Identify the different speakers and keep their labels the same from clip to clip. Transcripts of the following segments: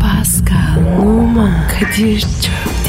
Speaker 1: Pascal, Oman, Kadir çok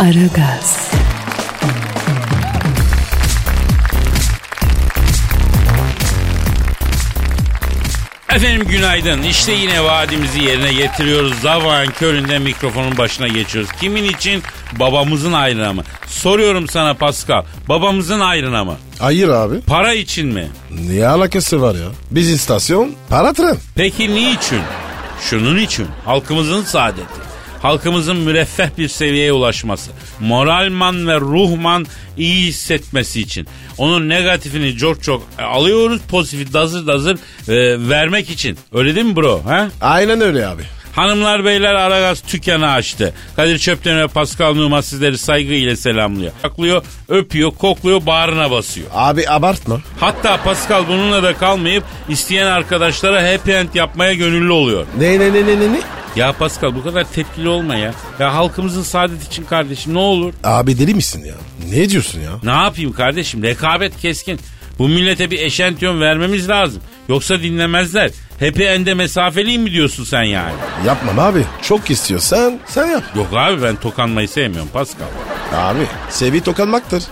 Speaker 1: Aragaz,
Speaker 2: Efendim günaydın. İşte yine vaadimizi yerine getiriyoruz. Zavan köründe mikrofonun başına geçiyoruz. Kimin için? Babamızın ayrına mı? Soruyorum sana Pascal. Babamızın ayrına mı?
Speaker 3: Hayır abi.
Speaker 2: Para için mi?
Speaker 3: Ne alakası var ya? Biz istasyon, para tren.
Speaker 2: Peki niçin? Şunun için. Halkımızın saadeti. Halkımızın müreffeh bir seviyeye ulaşması. Moralman ve ruhman iyi hissetmesi için. Onun negatifini çok çok e, alıyoruz. Pozitifi dazır dazır e, vermek için. Öyle değil mi bro? He?
Speaker 3: Aynen öyle abi.
Speaker 2: Hanımlar beyler Aragaz tükkanı açtı. Kadir Çöpten ve Pascal Numa sizleri saygı ile selamlıyor. Aklıyor, öpüyor, kokluyor, bağrına basıyor.
Speaker 3: Abi abartma.
Speaker 2: Hatta Pascal bununla da kalmayıp isteyen arkadaşlara happy end yapmaya gönüllü oluyor.
Speaker 3: Ne ne ne ne ne ne?
Speaker 2: Ya Pascal bu kadar tepkili olma ya. Ya halkımızın saadet için kardeşim ne olur.
Speaker 3: Abi deli misin ya? Ne diyorsun ya?
Speaker 2: Ne yapayım kardeşim rekabet keskin. Bu millete bir eşentiyon vermemiz lazım. Yoksa dinlemezler. Happy end'e mesafeliyim mi diyorsun sen yani?
Speaker 3: Yapmam abi. Çok istiyorsan sen yap.
Speaker 2: Yok abi ben tokanmayı sevmiyorum Pascal.
Speaker 3: Abi sevi tokanmaktır.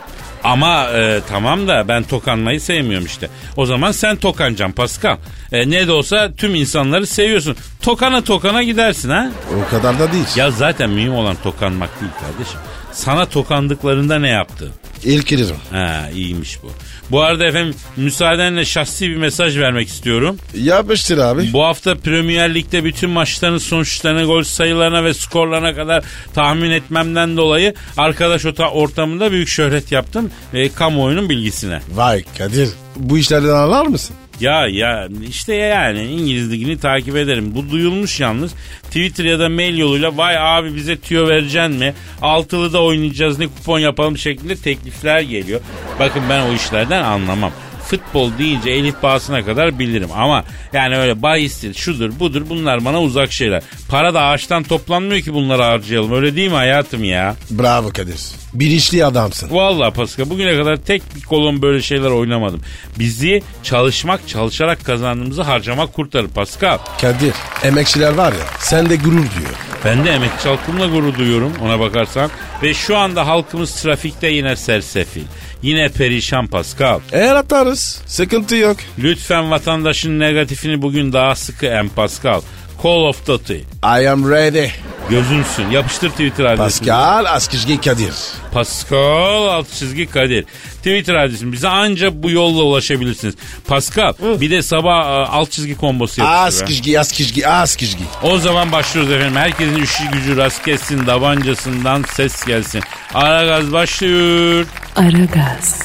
Speaker 2: Ama e, tamam da ben tokanmayı sevmiyorum işte. O zaman sen tokancan Pascal. E, ne de olsa tüm insanları seviyorsun. Tokana tokana gidersin ha.
Speaker 3: O kadar da değil.
Speaker 2: Ya zaten mühim olan tokanmak değil kardeşim. Sana tokandıklarında ne yaptı?
Speaker 3: İlkilirim.
Speaker 2: Ha iyiymiş bu. Bu arada efendim müsaadenle şahsi bir mesaj vermek istiyorum.
Speaker 3: Yapıştır abi.
Speaker 2: Bu hafta Premier Lig'de bütün maçların sonuçlarına, gol sayılarına ve skorlarına kadar tahmin etmemden dolayı arkadaş ota ortamında büyük şöhret yaptım ve kamuoyunun bilgisine.
Speaker 3: Vay Kadir. Bu işlerden anlar mısın?
Speaker 2: Ya ya işte yani İngiliz ligini takip ederim. Bu duyulmuş yalnız. Twitter ya da mail yoluyla vay abi bize tüyo vereceksin mi? Altılı da oynayacağız ne kupon yapalım şeklinde teklifler geliyor. Bakın ben o işlerden anlamam. Futbol deyince elit bağısına kadar bilirim ama yani öyle bahistir şudur budur bunlar bana uzak şeyler. Para da ağaçtan toplanmıyor ki bunları harcayalım öyle değil mi hayatım ya?
Speaker 3: Bravo Kadir. Bilinçli adamsın.
Speaker 2: Vallahi Pascal bugüne kadar tek bir kolon böyle şeyler oynamadım. Bizi çalışmak çalışarak kazandığımızı harcamak kurtarır Pascal.
Speaker 3: Kadir emekçiler var ya sen de gurur duyuyor.
Speaker 2: Ben de emekçi halkımla gurur duyuyorum ona bakarsan. Ve şu anda halkımız trafikte yine sersefil. Yine perişan Pascal.
Speaker 3: Eğer atarız sıkıntı yok.
Speaker 2: Lütfen vatandaşın negatifini bugün daha sıkı en Pascal. Call of Duty.
Speaker 3: I am ready.
Speaker 2: Gözünsün. Yapıştır Twitter adresini.
Speaker 3: Pascal Askışgi Kadir.
Speaker 2: Pascal alt çizgi Kadir. Twitter adresim bize ancak bu yolla ulaşabilirsiniz. Pascal bir de sabah e, alt çizgi kombosu yapıyoruz.
Speaker 3: Askışgi Askışgi Askışgi.
Speaker 2: O zaman başlıyoruz efendim. Herkesin işi gücü rast gelsin, davancasından ses gelsin. Ara gaz başlıyor.
Speaker 1: Aragaz,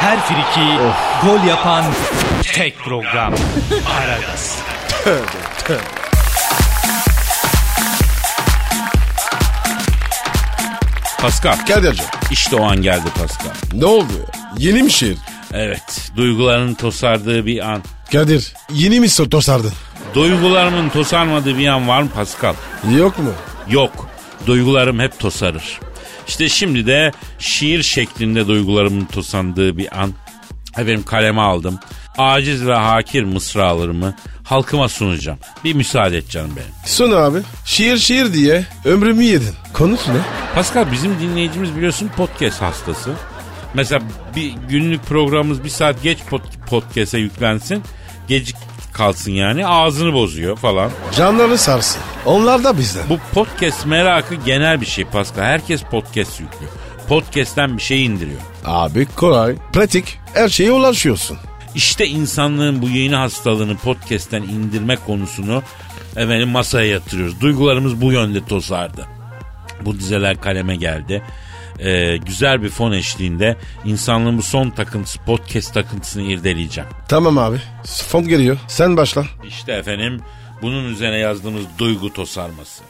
Speaker 4: Her friki gol yapan tek program. Aragaz.
Speaker 2: Pascal.
Speaker 3: Kadir'cim
Speaker 2: İşte o an geldi Pascal.
Speaker 3: ne oldu? ya? Yeni mi şiir?
Speaker 2: Evet. Duyguların tosardığı bir an.
Speaker 3: Kadir yeni mi so- tosardın?
Speaker 2: Duygularımın tosarmadığı bir an var mı Pascal?
Speaker 3: Yok mu?
Speaker 2: Yok. Duygularım hep tosarır. İşte şimdi de şiir şeklinde duygularımın tosandığı bir an. Efendim kaleme aldım. Aciz ve hakir mısralarımı halkıma sunacağım. Bir müsaade et canım benim.
Speaker 3: Sun abi şiir şiir diye ömrümü yedin. Konusu ne?
Speaker 2: Pascal bizim dinleyicimiz biliyorsun podcast hastası. Mesela bir günlük programımız bir saat geç pod- podcast'e yüklensin. Gecik kalsın yani ağzını bozuyor falan.
Speaker 3: Canları sarsın. Onlar da bizden.
Speaker 2: Bu podcast merakı genel bir şey Pascal. Herkes podcast yüklüyor. Podcast'ten bir şey indiriyor.
Speaker 3: Abi kolay, pratik, her şeye ulaşıyorsun.
Speaker 2: İşte insanlığın bu yeni hastalığını podcast'ten indirme konusunu efendim masaya yatırıyoruz. Duygularımız bu yönde tosardı. Bu dizeler kaleme geldi. e, güzel bir fon eşliğinde insanlığın bu son takıntısı podcast takıntısını irdeleyeceğim.
Speaker 3: Tamam abi. Fon geliyor. Sen başla.
Speaker 2: İşte efendim bunun üzerine yazdığımız duygu tosarması.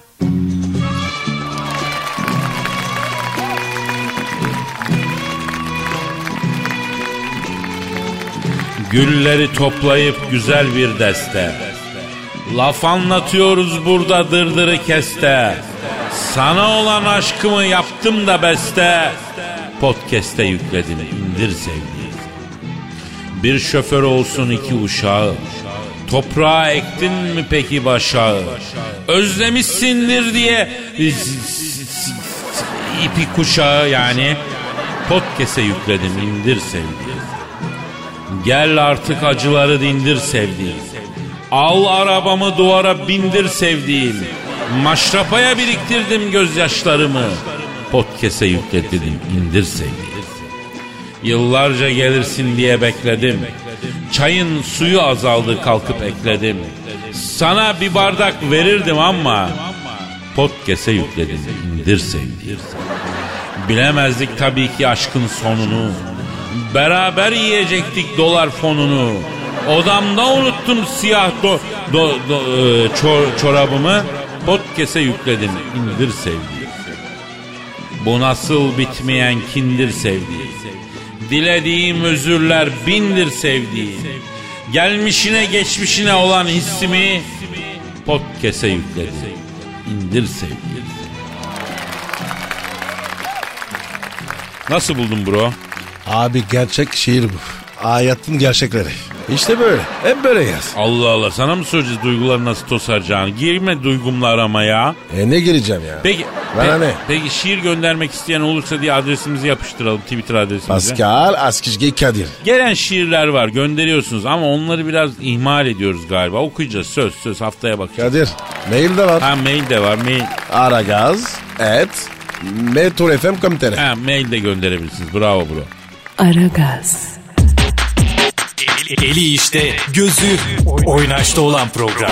Speaker 2: Gülleri toplayıp güzel bir deste. Laf anlatıyoruz burada dırdırı keste. Sana olan aşkımı yaptım da beste. Podcast'e yükledim indir sevdiğim. Bir şoför olsun iki uşağı. Toprağa ektin mi peki başağı? Özlemişsindir diye s- s- s- ipi kuşağı yani. Podcast'e yükledim indir sevdiğim. Gel artık acıları dindir sevdiğim. Al arabamı duvara bindir sevdiğim. Maşrapaya biriktirdim gözyaşlarımı. Podcast'e yükledim indir sevdiğim. Yıllarca gelirsin diye bekledim. Çayın suyu azaldı kalkıp ekledim. Sana bir bardak verirdim ama podcast'e yükledim indir sevdiğim. Bilemezdik tabii ki aşkın sonunu. Beraber yiyecektik dolar fonunu. Odamda unuttum siyah do, do- do- e, çor- çorabımı. Podcast'e yükledim indir sevdiğim. Bu nasıl bitmeyen kindir sevdiğim. Dilediğim özürler bindir sevdiğim. Gelmişine geçmişine olan hissimi podcast'e yükledim. İndir sevdiğim. Nasıl buldun bro?
Speaker 3: Abi gerçek şiir bu. Hayatın gerçekleri. İşte böyle. Hep böyle yaz.
Speaker 2: Allah Allah sana mı söyleyeceğiz duyguları nasıl tosaracağını? Girme duygumla aramaya.
Speaker 3: E ne gireceğim ya?
Speaker 2: Peki,
Speaker 3: Bana
Speaker 2: pe-
Speaker 3: ne?
Speaker 2: peki şiir göndermek isteyen olursa diye adresimizi yapıştıralım Twitter adresimizi.
Speaker 3: Pascal Askizgi Kadir.
Speaker 2: Gelen şiirler var gönderiyorsunuz ama onları biraz ihmal ediyoruz galiba. Okuyacağız söz söz haftaya bakacağız.
Speaker 3: Kadir. Mail de var.
Speaker 2: Ha mail de var mail.
Speaker 3: Aragaz et metrofm.com.tr
Speaker 2: Ha mail de gönderebilirsiniz bravo bro.
Speaker 1: Aragaz,
Speaker 4: Eli, eli işte, gözü oynaşta olan program.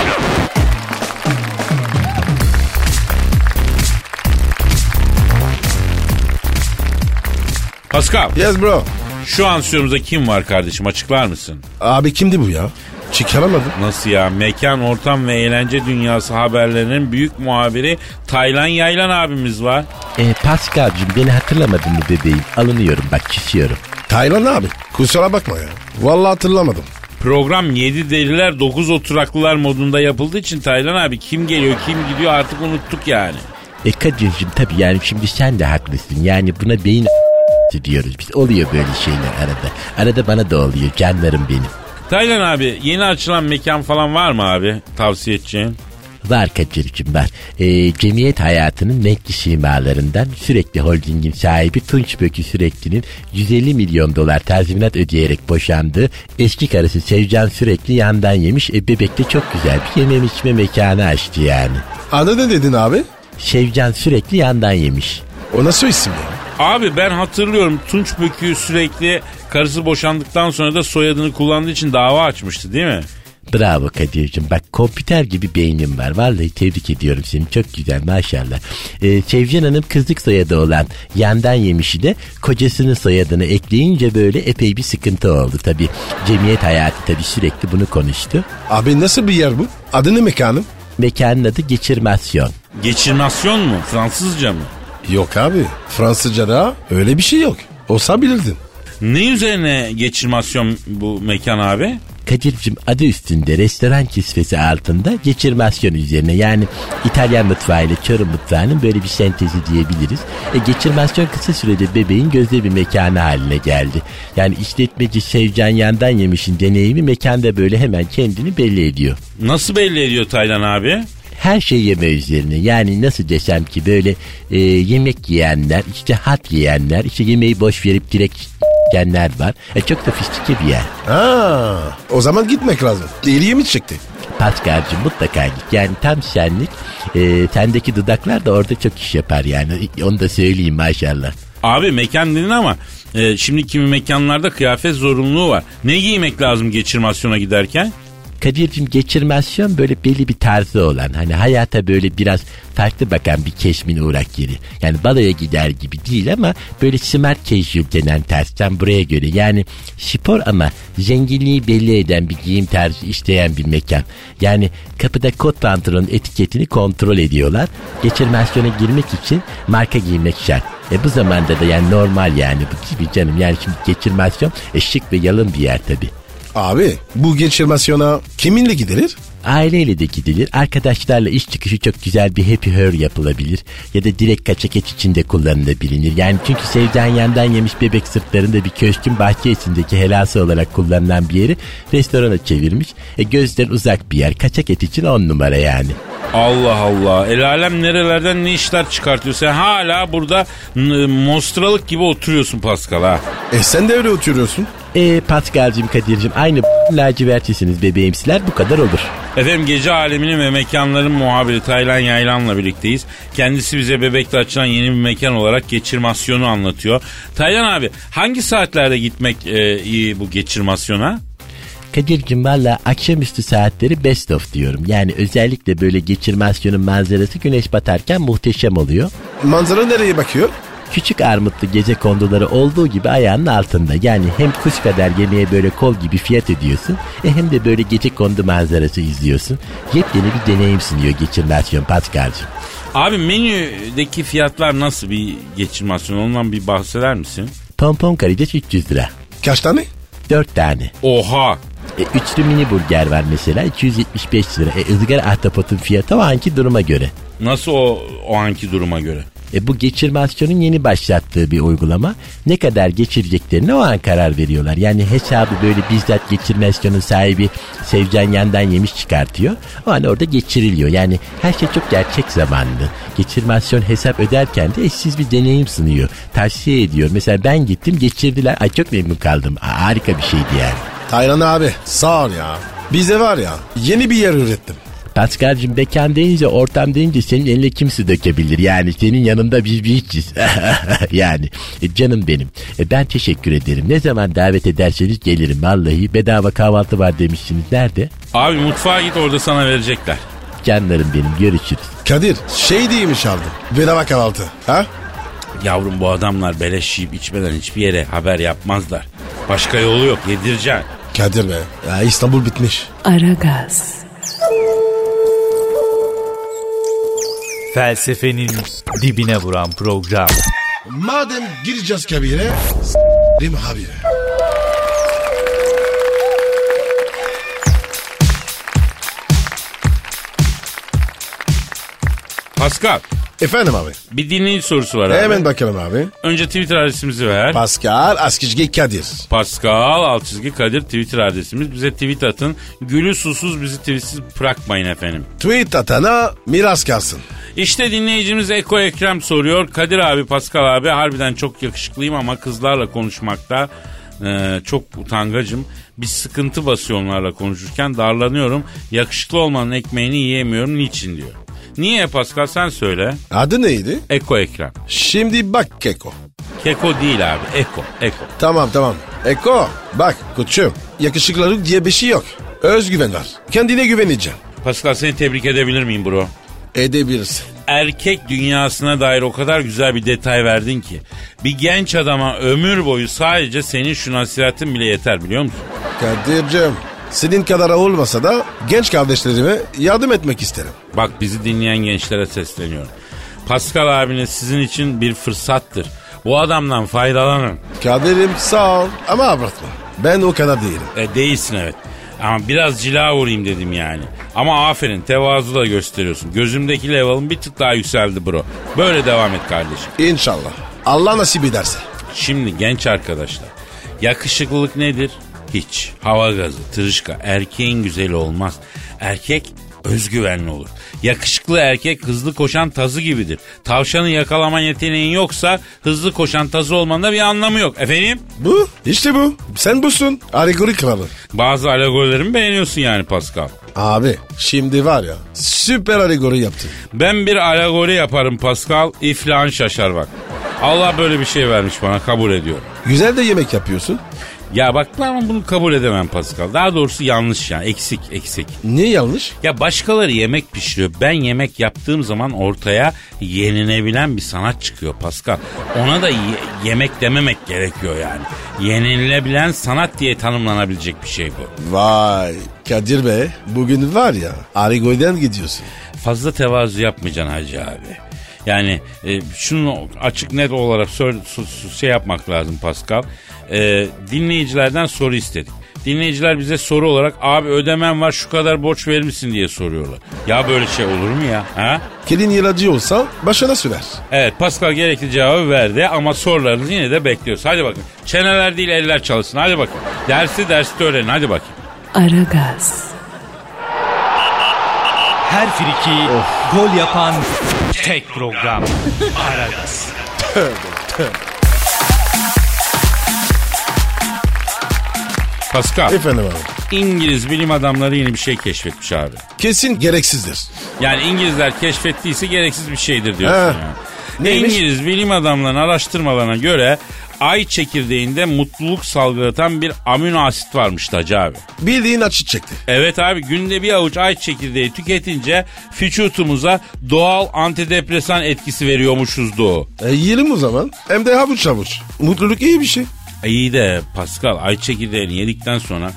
Speaker 2: Pascal
Speaker 3: Yes bro.
Speaker 2: şu an stüdyomuzda kim var kardeşim açıklar mısın?
Speaker 3: Abi kimdi bu ya? Çıkaramadım.
Speaker 2: Nasıl ya mekan ortam ve eğlence dünyası haberlerinin büyük muhabiri Taylan Yaylan abimiz var.
Speaker 5: E, Pascal'cığım beni hatırlamadın mı bebeğim? Alınıyorum bak kişiyorum.
Speaker 3: Taylan abi. Kusura bakma ya. Vallahi hatırlamadım.
Speaker 2: Program 7 deliler 9 oturaklılar modunda yapıldığı için Taylan abi kim geliyor kim gidiyor artık unuttuk yani.
Speaker 5: E Kadir'cim tabii yani şimdi sen de haklısın. Yani buna beyin diyoruz biz. Oluyor böyle şeyler arada. Arada bana da oluyor canlarım benim.
Speaker 2: Taylan abi yeni açılan mekan falan var mı abi tavsiye edeceğin?
Speaker 5: Var Kadir'cim var. E, cemiyet hayatının renkli simalarından sürekli holdingin sahibi Tunç Bökü Sürekli'nin 150 milyon dolar tazminat ödeyerek boşandığı eski karısı Sevcan Sürekli yandan yemiş. E, bebekte çok güzel bir yemem içme mekanı açtı yani.
Speaker 3: Adı ne dedin abi?
Speaker 5: Sevcan sürekli yandan yemiş.
Speaker 3: O nasıl isim ya?
Speaker 2: Abi ben hatırlıyorum Tunç Bökü sürekli karısı boşandıktan sonra da soyadını kullandığı için dava açmıştı değil mi?
Speaker 5: Bravo Kadir'cim bak kompüter gibi beynim var. Vallahi tebrik ediyorum seni çok güzel maşallah. Ee, Sevcan Hanım kızlık soyadı olan yandan yemişi de kocasının soyadını ekleyince böyle epey bir sıkıntı oldu tabi. Cemiyet hayatı tabi sürekli bunu konuştu.
Speaker 3: Abi nasıl bir yer bu? Adı ne mekanın?
Speaker 5: Mekanın adı geçirmasyon.
Speaker 2: Geçirmasyon mu? Fransızca mı?
Speaker 3: Yok abi. Fransızca'da öyle bir şey yok. Olsa bilirdin.
Speaker 2: Ne üzerine geçirmasyon bu mekan abi?
Speaker 5: Kadir'cim adı üstünde restoran kisvesi altında geçirmasyon üzerine yani İtalyan mutfağı ile Çorum mutfağının böyle bir sentezi diyebiliriz. E, geçirmasyon kısa sürede bebeğin gözde bir mekanı haline geldi. Yani işletmeci Sevcan Yandan Yemiş'in deneyimi mekanda böyle hemen kendini belli ediyor.
Speaker 2: Nasıl belli ediyor Taylan abi?
Speaker 5: Her şey yeme üzerine yani nasıl desem ki böyle e, yemek yiyenler işte hat yiyenler işte yemeği boş verip direkt yiyenler var. E, çok sofistike bir yer.
Speaker 3: Ha, o zaman gitmek lazım. Deliye mi çekti?
Speaker 5: Pascal'cığım mutlaka git. Yani tam senlik. Ee, sendeki dudaklar da orada çok iş yapar yani. Onu da söyleyeyim maşallah.
Speaker 2: Abi mekan dedin ama e, şimdi kimi mekanlarda kıyafet zorunluluğu var. Ne giymek lazım geçirmasyona giderken?
Speaker 5: Kadir'cim geçirmasyon böyle belli bir tarzı olan hani hayata böyle biraz farklı bakan bir keşmin uğrak yeri. Yani balaya gider gibi değil ama böyle smart casual denen tersten buraya göre yani spor ama zenginliği belli eden bir giyim tarzı isteyen bir mekan. Yani kapıda kot pantolonun etiketini kontrol ediyorlar. Geçirmasyona girmek için marka giymek şart. E bu zamanda da yani normal yani bu gibi canım yani şimdi geçirmasyon e şık ve yalın bir yer tabii.
Speaker 3: Abi bu geçirmasyona kiminle gidilir?
Speaker 5: Aileyle de gidilir. Arkadaşlarla iş çıkışı çok güzel bir happy hour yapılabilir. Ya da direkt kaçak et içinde kullanılabilir. Yani çünkü sevden yandan yemiş bebek sırtlarında bir köşkün bahçe içindeki helası olarak kullanılan bir yeri restorana çevirmiş. E gözden uzak bir yer. Kaçak et için on numara yani.
Speaker 2: Allah Allah. El alem nerelerden ne işler çıkartıyor. Sen hala burada n- mostralık gibi oturuyorsun Pascal ha.
Speaker 3: E sen de öyle oturuyorsun.
Speaker 5: E Paskal'cim Kadir'cim aynı lacivertçisiniz bebeğimsiler bu kadar olur.
Speaker 2: Efendim gece aleminin ve mekanların muhabiri Taylan Yaylan'la birlikteyiz. Kendisi bize bebekte açılan yeni bir mekan olarak geçirmasyonu anlatıyor. Taylan abi hangi saatlerde gitmek e, iyi bu geçirmasyona?
Speaker 5: Kadir'cim valla akşamüstü saatleri best of diyorum. Yani özellikle böyle geçirmasyonun manzarası güneş batarken muhteşem oluyor.
Speaker 3: Manzara nereye bakıyor?
Speaker 5: Küçük armutlu gece konduları olduğu gibi ayağının altında. Yani hem kuş kadar yemeğe böyle kol gibi fiyat ediyorsun e hem de böyle gece kondu manzarası izliyorsun. Yepyeni bir deneyim sunuyor geçirmasyon Paskal'cığım.
Speaker 2: Abi menüdeki fiyatlar nasıl bir geçirmasyon ondan bir bahseder misin?
Speaker 5: Pompon karides 300 lira.
Speaker 3: Kaç tane?
Speaker 5: 4 tane.
Speaker 2: Oha
Speaker 5: E, üçlü mini burger var mesela 275 lira. E, ızgara ahtapotun fiyatı o anki duruma göre.
Speaker 2: nasıl o, o anki duruma göre?
Speaker 5: E bu geçirmasyonun yeni başlattığı bir uygulama. Ne kadar geçireceklerine o an karar veriyorlar. Yani hesabı böyle bizzat geçirmasyonun sahibi Sevcan Yandan Yemiş çıkartıyor. O an orada geçiriliyor. Yani her şey çok gerçek zamanlı. Geçirmasyon hesap öderken de eşsiz bir deneyim sunuyor. Tavsiye ediyor. Mesela ben gittim geçirdiler. Ay çok memnun kaldım. Aa, harika bir şeydi yani.
Speaker 3: Taylan abi sağ ol ya. Bize var ya yeni bir yer ürettim.
Speaker 5: Paskal'cim mekan deyince ortam deyince senin eline kimse dökebilir. Yani senin yanında biz bir işçiz. yani e, canım benim. E, ben teşekkür ederim. Ne zaman davet ederseniz gelirim. Vallahi bedava kahvaltı var demişsiniz. Nerede?
Speaker 2: Abi mutfağa git orada sana verecekler.
Speaker 5: Canlarım benim görüşürüz.
Speaker 3: Kadir şey değilmiş abi. Bedava kahvaltı. Ha?
Speaker 2: Yavrum bu adamlar beleş yiyip içmeden hiçbir yere haber yapmazlar. Başka yolu yok yedireceksin.
Speaker 3: Kadir be. Ya İstanbul bitmiş.
Speaker 1: Aragaz,
Speaker 4: Felsefenin dibine vuran program.
Speaker 3: Madem gireceğiz kabire. Rim abi.
Speaker 2: Pascal
Speaker 3: Efendim abi.
Speaker 2: bir dinleyici sorusu var abi.
Speaker 3: Hemen bakalım abi.
Speaker 2: Önce Twitter adresimizi ver.
Speaker 3: Pascal Askizgi Kadir.
Speaker 2: Pascal alt çizgi Kadir Twitter adresimiz. Bize tweet atın. Gülü susuz bizi tweetsiz bırakmayın efendim.
Speaker 3: Tweet atana miras kalsın.
Speaker 2: İşte dinleyicimiz Eko Ekrem soruyor. Kadir abi Pascal abi harbiden çok yakışıklıyım ama kızlarla konuşmakta e, çok utangacım. Bir sıkıntı basıyor onlarla konuşurken darlanıyorum. Yakışıklı olmanın ekmeğini yiyemiyorum niçin diyor. Niye Pascal sen söyle.
Speaker 3: Adı neydi?
Speaker 2: Eko Ekrem.
Speaker 3: Şimdi bak Keko.
Speaker 2: Keko değil abi. Eko. Eko.
Speaker 3: Tamam tamam. Eko bak koçum yakışıklılık diye bir şey yok. Özgüven var. Kendine güveneceksin.
Speaker 2: Pascal seni tebrik edebilir miyim bro?
Speaker 3: Edebilirsin.
Speaker 2: erkek dünyasına dair o kadar güzel bir detay verdin ki. Bir genç adama ömür boyu sadece senin şu nasihatin bile yeter biliyor musun?
Speaker 3: Kadir'cim senin kadar olmasa da genç kardeşlerime yardım etmek isterim.
Speaker 2: Bak bizi dinleyen gençlere sesleniyorum. Pascal abiniz sizin için bir fırsattır. Bu adamdan faydalanın.
Speaker 3: Kadir'im sağ ol ama abartma. Ben o kadar değilim.
Speaker 2: E, değilsin evet. Ama biraz cila vurayım dedim yani. Ama aferin tevazu da gösteriyorsun. Gözümdeki level'ın bir tık daha yükseldi bro. Böyle devam et kardeşim.
Speaker 3: İnşallah. Allah nasip ederse.
Speaker 2: Şimdi genç arkadaşlar yakışıklılık nedir? Hiç. Hava gazı, tırışka. Erkeğin güzeli olmaz. Erkek özgüvenli olur. Yakışıklı erkek hızlı koşan tazı gibidir. Tavşanı yakalama yeteneğin yoksa hızlı koşan tazı olmanın da bir anlamı yok. Efendim?
Speaker 3: Bu işte bu. Sen busun. Alegori kralı.
Speaker 2: Bazı alegorilerimi beğeniyorsun yani Pascal.
Speaker 3: Abi şimdi var ya süper alegori yaptın.
Speaker 2: Ben bir alegori yaparım Pascal. İflahın şaşar bak. Allah böyle bir şey vermiş bana kabul ediyorum.
Speaker 3: Güzel de yemek yapıyorsun.
Speaker 2: Ya bak ben bunu kabul edemem Pascal. Daha doğrusu yanlış ya. Eksik eksik.
Speaker 3: Niye yanlış?
Speaker 2: Ya başkaları yemek pişiriyor. Ben yemek yaptığım zaman ortaya yenilebilen bir sanat çıkıyor Pascal. Ona da ye- yemek dememek gerekiyor yani. Yenilebilen sanat diye tanımlanabilecek bir şey bu.
Speaker 3: Vay Kadir Bey bugün var ya Arigoy'den gidiyorsun.
Speaker 2: Fazla tevazu yapmayacaksın hacı abi. Yani e, şunu açık net olarak sor- su- su- şey yapmak lazım Pascal. E, dinleyicilerden soru istedik. Dinleyiciler bize soru olarak abi ödemem var şu kadar borç verir misin diye soruyorlar. Ya böyle şey olur mu ya? Ha?
Speaker 3: Kelin yılacı olsa başına sürer.
Speaker 2: Evet Pascal gerekli cevabı verdi ama sorularınızı yine de bekliyoruz. Hadi bakın. Çeneler değil eller çalışsın. Hadi bakın. Dersi derste öğrenin. Hadi bakayım.
Speaker 1: Aragaz,
Speaker 4: Her friki gol yapan tek program. Aragaz.
Speaker 2: Pascal,
Speaker 3: Efendim abi.
Speaker 2: İngiliz bilim adamları yeni bir şey keşfetmiş abi.
Speaker 3: Kesin gereksizdir.
Speaker 2: Yani İngilizler keşfettiyse gereksiz bir şeydir diyorsun.
Speaker 3: He.
Speaker 2: yani.
Speaker 3: Neymiş?
Speaker 2: İngiliz bilim adamlarının araştırmalarına göre ay çekirdeğinde mutluluk salgılatan bir amino asit varmış Hacı abi.
Speaker 3: Bildiğin açı çekti.
Speaker 2: Evet abi günde bir avuç ay çekirdeği tüketince vücutumuza doğal antidepresan etkisi veriyormuşuzdu.
Speaker 3: E, yiyelim o zaman. Hem de havuç havuç. Mutluluk iyi bir şey.
Speaker 2: İyi de Pascal ay çekirdeğini yedikten sonra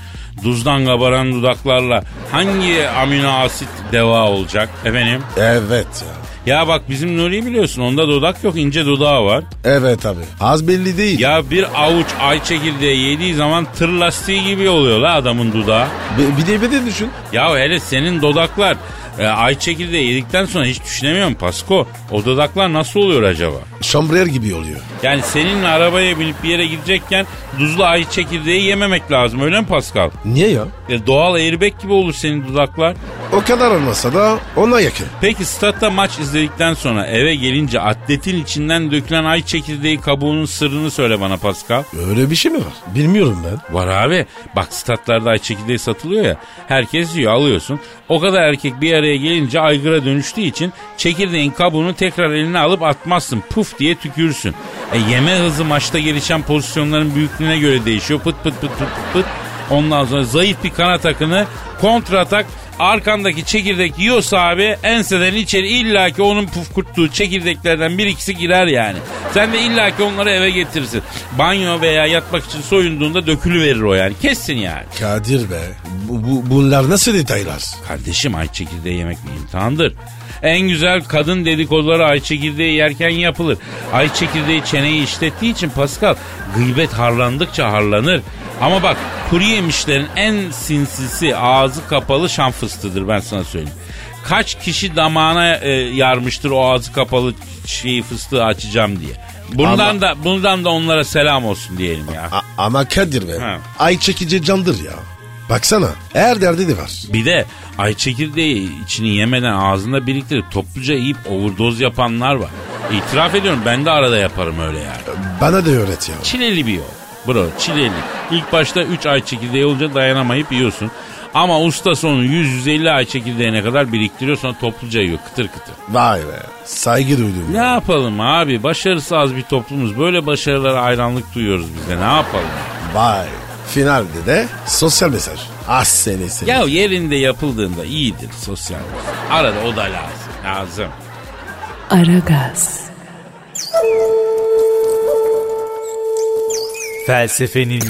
Speaker 2: duzdan kabaran dudaklarla hangi amino asit deva olacak efendim?
Speaker 3: Evet ya.
Speaker 2: Ya bak bizim Nuri'yi biliyorsun onda dudak yok ince dudağı var.
Speaker 3: Evet abi. Az belli değil.
Speaker 2: Ya bir avuç ay çekirdeği yediği zaman tır lastiği gibi oluyor la adamın dudağı.
Speaker 3: Bi- bir de bir de düşün.
Speaker 2: Ya hele senin dudaklar e, ay çekirdeği yedikten sonra hiç düşünemiyorum Pasko. O dudaklar nasıl oluyor acaba?
Speaker 3: Şambriyer gibi oluyor.
Speaker 2: Yani seninle arabaya binip bir yere gidecekken duzlu ay çekirdeği yememek lazım öyle mi Pascal?
Speaker 3: Niye ya?
Speaker 2: E, doğal airbag gibi olur senin dudaklar.
Speaker 3: O kadar olmasa da ona yakın.
Speaker 2: Peki statta maç izledikten sonra eve gelince atletin içinden dökülen ay çekirdeği kabuğunun sırrını söyle bana Pascal.
Speaker 3: Öyle bir şey mi var? Bilmiyorum ben.
Speaker 2: Var abi. Bak statlarda ay çekirdeği satılıyor ya. Herkes yiyor alıyorsun. O kadar erkek bir araya gelince aygıra dönüştüğü için çekirdeğin kabuğunu tekrar eline alıp atmazsın. Puf diye tükürürsün. E, yeme hızı maçta gelişen pozisyonların büyüklüğüne göre değişiyor. Pıt pıt pıt pıt pıt. Ondan sonra zayıf bir kanat akını kontratak arkandaki çekirdek yiyorsa abi enseden içeri illaki onun pufkurttuğu çekirdeklerden bir ikisi girer yani. Sen de illaki onları eve getirsin. Banyo veya yatmak için soyunduğunda dökülüverir o yani. Kessin yani.
Speaker 3: Kadir be. Bu, bu- bunlar nasıl detaylar?
Speaker 2: Kardeşim ay çekirdeği yemek bir imtihandır. En güzel kadın dedikoduları ay çekirdeği yerken yapılır. Ay çekirdeği çeneyi işlettiği için Pascal gıybet harlandıkça harlanır. Ama bak kuru yemişlerin en sinsisi ağzı kapalı şan fıstığıdır ben sana söyleyeyim. Kaç kişi damağına e, yarmıştır o ağzı kapalı şeyi fıstığı açacağım diye. Bundan
Speaker 3: Ama-
Speaker 2: da bundan da onlara selam olsun diyelim ya.
Speaker 3: A- ama Kadir be.
Speaker 2: Ha.
Speaker 3: Ay çekici candır ya. Baksana her derdi de var.
Speaker 2: Bir de ay çekirdeği içini yemeden ağzında biriktirip topluca yiyip overdose yapanlar var. İtiraf ediyorum ben de arada yaparım öyle yani.
Speaker 3: Bana da öğret ya.
Speaker 2: Çileli bir yol. Bro çileli. İlk başta 3 ay çekirdeği olunca dayanamayıp yiyorsun. Ama usta sonu 100-150 ay çekirdeğine kadar biriktiriyor sonra topluca yiyor kıtır kıtır.
Speaker 3: Vay be. Saygı duydum.
Speaker 2: Ne yapalım abi başarısı az bir toplumuz. Böyle başarılara hayranlık duyuyoruz biz de ne yapalım.
Speaker 3: Vay. Finalde de sosyal mesaj. Az seni seni.
Speaker 2: Ya yerinde yapıldığında iyidir sosyal. Arada o da lazım. Lazım.
Speaker 1: Aragaz,
Speaker 4: Felsefenin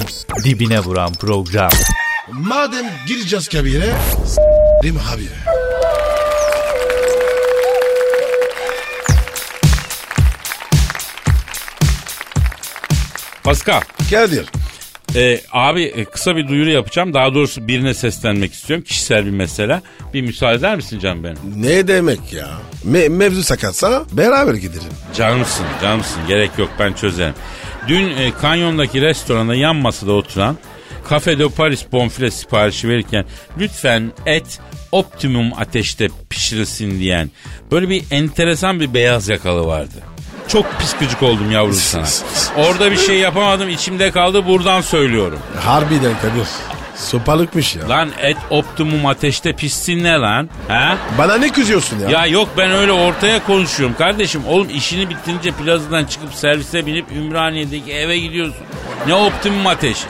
Speaker 4: dibine vuran program.
Speaker 3: Madem gireceğiz kabire. Rim abi.
Speaker 2: Pascal.
Speaker 3: Kadir.
Speaker 2: Ee, abi e, kısa bir duyuru yapacağım. Daha doğrusu birine seslenmek istiyorum. Kişisel bir mesele. Bir müsaade eder misin canım benim?
Speaker 3: Ne demek ya? Me- mevzu sakatsa beraber gidelim.
Speaker 2: Canımsın, canımsın. Gerek yok ben çözerim. Dün e, kanyondaki restoranda yan masada oturan Cafe de Paris bonfile siparişi verirken lütfen et optimum ateşte pişirilsin diyen böyle bir enteresan bir beyaz yakalı vardı. Çok pis gıcık oldum yavrum sana. Orada bir şey yapamadım içimde kaldı buradan söylüyorum.
Speaker 3: Harbiden Kadir. Sopalıkmış ya.
Speaker 2: Lan et optimum ateşte pişsin ne lan? Ha?
Speaker 3: Bana ne kızıyorsun ya?
Speaker 2: Ya yok ben öyle ortaya konuşuyorum kardeşim. Oğlum işini bitince plazadan çıkıp servise binip Ümraniye'deki eve gidiyorsun. Ne optimum ateşi.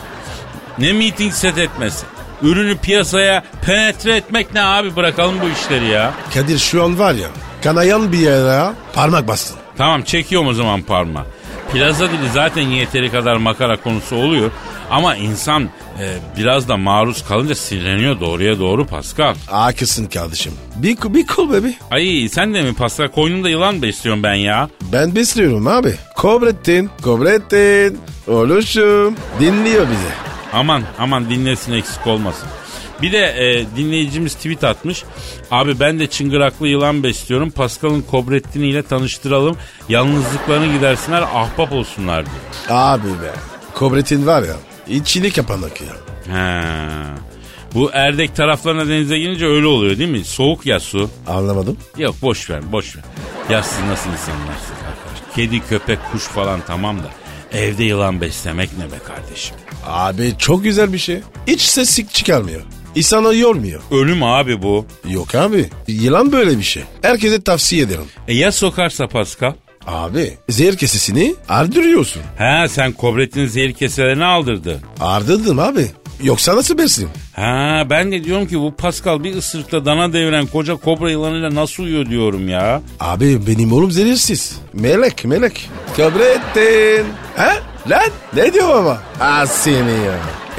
Speaker 2: Ne meeting set etmesi. Ürünü piyasaya penetre etmek ne abi bırakalım bu işleri ya.
Speaker 3: Kadir şu an var ya kanayan bir yere parmak bastın.
Speaker 2: Tamam çekiyorum o zaman parma. Plaza dili zaten yeteri kadar makara konusu oluyor. Ama insan e, biraz da maruz kalınca sinirleniyor doğruya doğru Pascal.
Speaker 3: Haklısın kardeşim. Bir, bir kol bebi.
Speaker 2: Ay sen de mi Pascal? Koynumda yılan besliyorum ben ya.
Speaker 3: Ben besliyorum abi. Kobrettin, Kobrettin, oluşum. Dinliyor bizi.
Speaker 2: Aman aman dinlesin eksik olmasın. Bir de e, dinleyicimiz tweet atmış. Abi ben de çıngıraklı yılan besliyorum. Pascal'ın Kobrettin'i ile tanıştıralım. Yalnızlıklarını gidersinler ahbap olsunlar diyor.
Speaker 3: Abi be. Kobrettin var ya. İçini kapanık ya.
Speaker 2: He. Bu Erdek taraflarına denize girince öyle oluyor değil mi? Soğuk ya su.
Speaker 3: Anlamadım.
Speaker 2: Yok boş ver boş ver. Ya siz nasıl insanlarsınız arkadaş? Kedi, köpek, kuş falan tamam da evde yılan beslemek ne be kardeşim?
Speaker 3: Abi çok güzel bir şey. Hiç seslik çıkarmıyor. İnsanı yormuyor.
Speaker 2: Ölüm abi bu.
Speaker 3: Yok abi. Yılan böyle bir şey. Herkese tavsiye ederim.
Speaker 2: E ya sokarsa Pascal?
Speaker 3: Abi zehir kesesini ardırıyorsun.
Speaker 2: Ha sen kobretin zehir keselerini aldırdı.
Speaker 3: Ardırdım abi. Yoksa nasıl besin?
Speaker 2: Ha ben de diyorum ki bu Pascal bir ısırıkla dana deviren koca kobra yılanıyla nasıl uyuyor diyorum ya.
Speaker 3: Abi benim oğlum zehirsiz. Melek melek. Kabrettin. He? Lan ne diyor ama? Ha seni ya.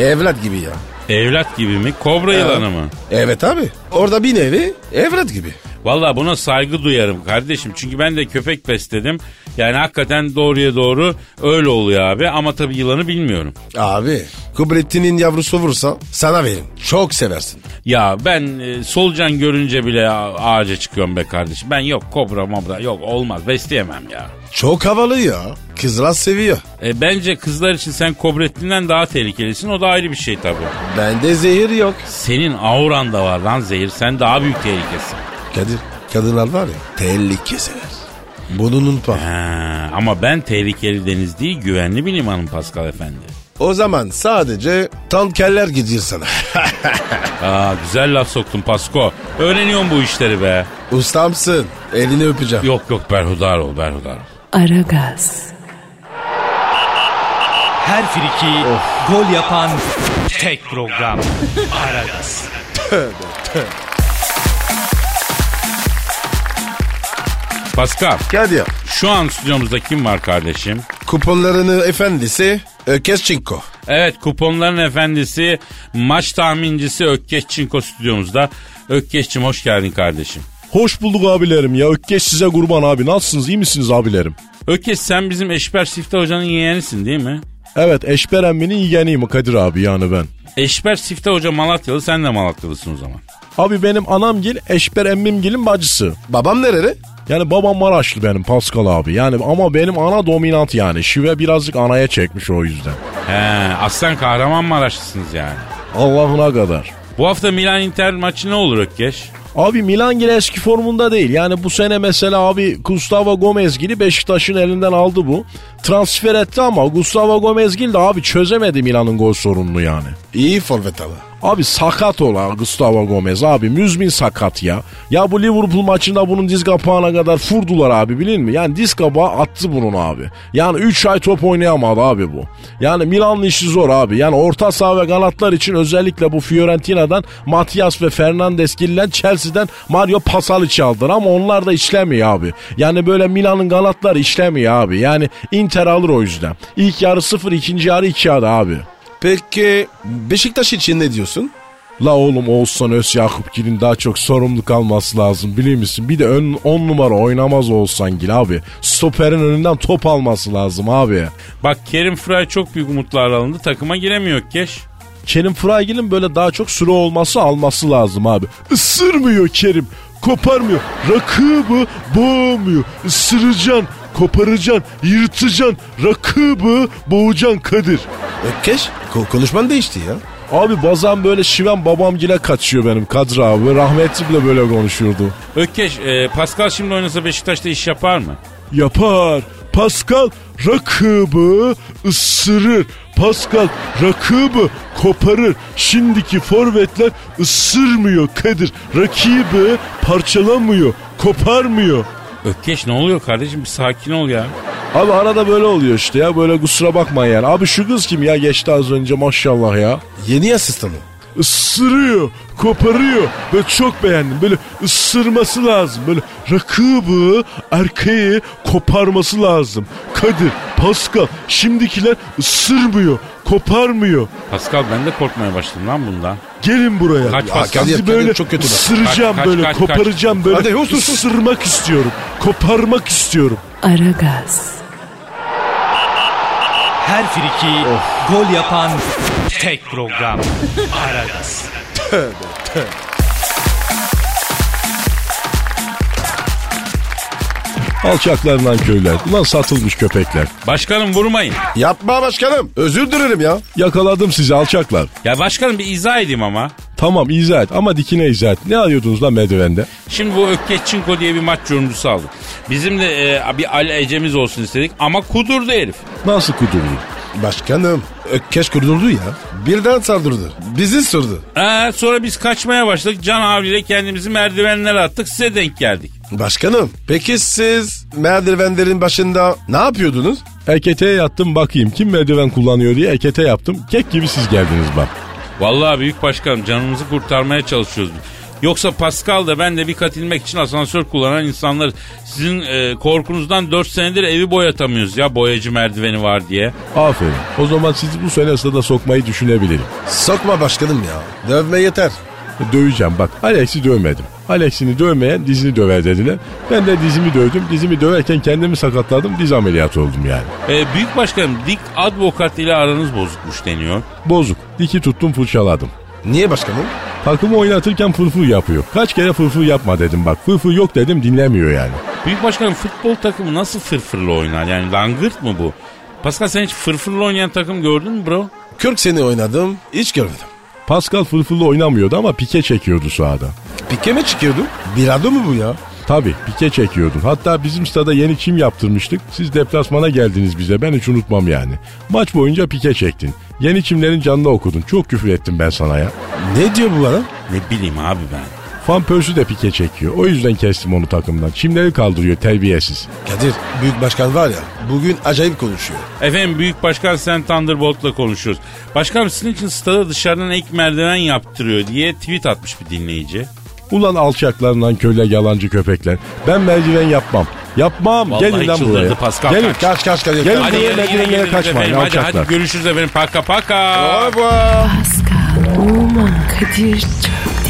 Speaker 3: Evlat gibi ya.
Speaker 2: Evlat gibi mi? Kobra yılanı mı?
Speaker 3: Evet abi. Orada bir nevi evlat gibi.
Speaker 2: Valla buna saygı duyarım kardeşim. Çünkü ben de köpek besledim. Yani hakikaten doğruya doğru öyle oluyor abi. Ama tabii yılanı bilmiyorum.
Speaker 3: Abi Kubrettin'in yavrusu vursa sana verin. Çok seversin.
Speaker 2: Ya ben e, solucan görünce bile a- ağaca çıkıyorum be kardeşim. Ben yok kobra mobra yok olmaz besleyemem ya.
Speaker 3: Çok havalı ya. Kızlar seviyor.
Speaker 2: E, bence kızlar için sen kobrettinden daha tehlikelisin. O da ayrı bir şey tabii.
Speaker 3: Bende zehir yok.
Speaker 2: Senin auran da var lan zehir. Sen daha büyük tehlikesin.
Speaker 3: Kadir kadınlar var ya tehlike sever. Bunu unutma.
Speaker 2: Ha, ama ben tehlikeli deniz değil güvenli bir limanım Pascal Efendi.
Speaker 3: O zaman sadece tankerler gidiyor sana.
Speaker 2: Aa, güzel laf soktun Pasko. Öğreniyorsun bu işleri be.
Speaker 3: Ustamsın. Elini öpeceğim.
Speaker 2: Yok yok berhudar ol berhudar ol.
Speaker 1: Aragaz,
Speaker 4: Her friki gol yapan tek program. Aragaz.
Speaker 2: Pascal
Speaker 3: Kadir.
Speaker 2: şu an stüdyomuzda kim var kardeşim?
Speaker 3: Kuponlarını efendisi Ökes Çinko.
Speaker 2: Evet kuponların efendisi maç tahmincisi Ökkeş Çinko stüdyomuzda. Ökkeş'cim hoş geldin kardeşim.
Speaker 6: Hoş bulduk abilerim ya. Ökkeş size kurban abi. Nasılsınız? iyi misiniz abilerim?
Speaker 2: Ökkeş sen bizim Eşber Siftah Hoca'nın yeğenisin değil mi?
Speaker 6: Evet Eşber emminin yeğeniyim Kadir abi yani ben.
Speaker 2: Eşber Siftah Hoca Malatyalı sen de Malatyalısın o zaman.
Speaker 6: Abi benim anamgil Eşber emmimgilin bacısı.
Speaker 3: Babam nereli?
Speaker 6: Yani babam Maraşlı benim Pascal abi. Yani ama benim ana dominant yani. Şive birazcık anaya çekmiş o yüzden.
Speaker 2: He, aslan Kahramanmaraşlısınız yani.
Speaker 6: Allah'ına kadar.
Speaker 2: Bu hafta Milan Inter maçı ne olur Ökkeş?
Speaker 6: Abi Milan gene eski formunda değil. Yani bu sene mesela abi Gustavo Gomezgil'i Beşiktaş'ın elinden aldı bu. Transfer etti ama Gustavo Gomezgil de abi çözemedi Milan'ın gol sorununu yani.
Speaker 3: İyi forvet ama.
Speaker 6: Abi sakat olan Gustavo Gomez abi müzmin sakat ya. Ya bu Liverpool maçında bunun diz kapağına kadar furdular abi bilin mi? Yani diz kapağı attı bunun abi. Yani 3 ay top oynayamadı abi bu. Yani Milan'ın işi zor abi. Yani orta saha ve kanatlar için özellikle bu Fiorentina'dan Matias ve Fernandes girilen Chelsea'den Mario Pasalic aldılar ama onlar da işlemiyor abi. Yani böyle Milan'ın kanatları işlemiyor abi. Yani Hani Inter alır o yüzden. İlk yarı 0 ikinci yarı 2 yarı abi.
Speaker 3: Peki Beşiktaş için ne diyorsun?
Speaker 6: La oğlum Oğuzhan Öz Yakupgil'in daha çok sorumluluk alması lazım biliyor musun? Bir de 10 numara oynamaz Oğuzhangil abi. Stoperin önünden top alması lazım abi.
Speaker 2: Bak Kerim Fıray çok büyük umutlarla alındı takıma giremiyor Ökkeş.
Speaker 6: Kerim Fraygil'in böyle daha çok süre olması alması lazım abi. Isırmıyor Kerim. Koparmıyor. Rakıbı boğmuyor. Isıracaksın. Koparacaksın. Yırtacaksın. Rakıbı boğacaksın Kadir.
Speaker 3: Ökkeş ko- konuşman değişti ya.
Speaker 6: Abi bazen böyle şiven babamgile kaçıyor benim Kadir abi. Rahmetli bile böyle konuşuyordu.
Speaker 2: Ökkeş e, Pascal şimdi oynasa Beşiktaş'ta iş yapar mı?
Speaker 6: yapar. Pascal rakıbı ısırır. Pascal rakıbı koparır. Şimdiki forvetler ısırmıyor Kadir. Rakibi parçalamıyor, koparmıyor.
Speaker 2: Ökkeş ne oluyor kardeşim bir sakin ol ya.
Speaker 6: Abi arada böyle oluyor işte ya böyle kusura bakmayın yani. Abi şu kız kim ya geçti az önce maşallah ya.
Speaker 3: Yeni asistanı.
Speaker 6: Isırıyor, koparıyor. Böyle çok beğendim. Böyle ısırması lazım. Böyle rakibi, erkeği koparması lazım. Kadir, Pascal, şimdikiler ısırmıyor, koparmıyor.
Speaker 2: Pascal ben de korkmaya başladım lan bundan.
Speaker 6: Gelin buraya.
Speaker 2: Kaç
Speaker 6: Ya
Speaker 2: Pascal?
Speaker 6: sizi
Speaker 3: Kadir, Kadir
Speaker 6: böyle
Speaker 3: çok kötü bak.
Speaker 6: ısıracağım
Speaker 2: Kaç, kaç,
Speaker 6: böyle,
Speaker 2: kaç, kaç.
Speaker 6: koparacağım böyle.
Speaker 3: Hadi, sus, sus, sus.
Speaker 6: ısırmak istiyorum, koparmak istiyorum.
Speaker 1: Aragaz,
Speaker 4: Her friki gol yapan tek program. Aragaz.
Speaker 6: Alçaklarından köyler. Ulan satılmış köpekler.
Speaker 2: Başkanım vurmayın.
Speaker 3: Yapma başkanım. Özür dilerim ya.
Speaker 6: Yakaladım sizi alçaklar.
Speaker 2: Ya başkanım bir izah edeyim ama.
Speaker 6: Tamam izah et ama dikine izah et. Ne arıyordunuz lan merdivende?
Speaker 2: Şimdi bu Ökkeş Çinko diye bir maç yorumcusu aldık. Bizim de e, bir Ali Ece'miz olsun istedik ama kudurdu herif.
Speaker 6: Nasıl kudurdun?
Speaker 3: Başkanım. Ökkeş kurdurdu ya. Birden saldırdı. Bizi sürdü.
Speaker 2: Ee, sonra biz kaçmaya başladık. Can abiyle kendimizi merdivenlere attık. Size denk geldik.
Speaker 3: Başkanım. Peki siz merdivenlerin başında ne yapıyordunuz?
Speaker 6: Ekete yattım bakayım kim merdiven kullanıyor diye ekete yaptım. Kek gibi siz geldiniz bak.
Speaker 2: Vallahi büyük başkanım canımızı kurtarmaya çalışıyoruz. biz. Yoksa Pascal da ben de bir katilmek için asansör kullanan insanlar sizin e, korkunuzdan 4 senedir evi boyatamıyoruz ya boyacı merdiveni var diye.
Speaker 6: Aferin. O zaman sizi bu sene stada sokmayı düşünebilirim.
Speaker 3: Sokma başkanım ya. Dövme yeter.
Speaker 6: Döveceğim bak. Alex'i dövmedim. Alex'ini dövmeyen dizini döver dediler. Ben de dizimi dövdüm. Dizimi döverken kendimi sakatladım. Diz ameliyatı oldum yani.
Speaker 2: E, büyük başkanım dik advokat ile aranız bozukmuş deniyor.
Speaker 6: Bozuk. Diki tuttum fırçaladım.
Speaker 3: Niye başkanım?
Speaker 6: Takımı oynatırken fırfır yapıyor. Kaç kere fırfır yapma dedim bak. Fırfır yok dedim dinlemiyor yani.
Speaker 2: Büyük başkanım futbol takımı nasıl fırfırla oynar yani langırt mı bu? Pascal sen hiç fırfırla oynayan takım gördün mü bro?
Speaker 3: 40 sene oynadım. Hiç görmedim.
Speaker 6: Pascal fırfırla oynamıyordu ama pike çekiyordu sahada.
Speaker 3: Pike mi çıkıyordu? Birado mu bu ya?
Speaker 6: Tabii pike çekiyordun. Hatta bizim stada yeni çim yaptırmıştık. Siz deplasmana geldiniz bize ben hiç unutmam yani. Maç boyunca pike çektin. Yeni çimlerin canını okudun. Çok küfür ettim ben sana ya.
Speaker 3: Ne diyor bu bana?
Speaker 2: Ne bileyim abi ben.
Speaker 6: Van Persie de pike çekiyor. O yüzden kestim onu takımdan. Çimleri kaldırıyor terbiyesiz.
Speaker 3: Kadir, büyük başkan var ya, bugün acayip konuşuyor.
Speaker 2: Efendim Büyük Başkan Sen Thunderbolt'la konuşuyoruz. Başkanım sizin için stada dışarıdan ek merdiven yaptırıyor diye tweet atmış bir dinleyici.
Speaker 6: Ulan alçaklarından köle yalancı köpekler. Ben merdiven yapmam. Yapmam.
Speaker 2: Vallahi
Speaker 6: Gelin lan
Speaker 2: çıldırdı
Speaker 6: buraya.
Speaker 2: Pascal,
Speaker 6: Gelin.
Speaker 2: kaç.
Speaker 3: Kaç kaç Kadir.
Speaker 6: Gelin
Speaker 3: kaç.
Speaker 6: buraya
Speaker 2: yine- yine
Speaker 6: merdivenlere
Speaker 2: geliriz
Speaker 6: kaçmayın
Speaker 2: efendim. Hadi,
Speaker 6: alçaklar.
Speaker 2: hadi görüşürüz efendim paka paka.
Speaker 3: Vay vay.
Speaker 1: Pascal, Oman, Kadir çok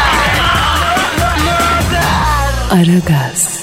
Speaker 1: Aragaz.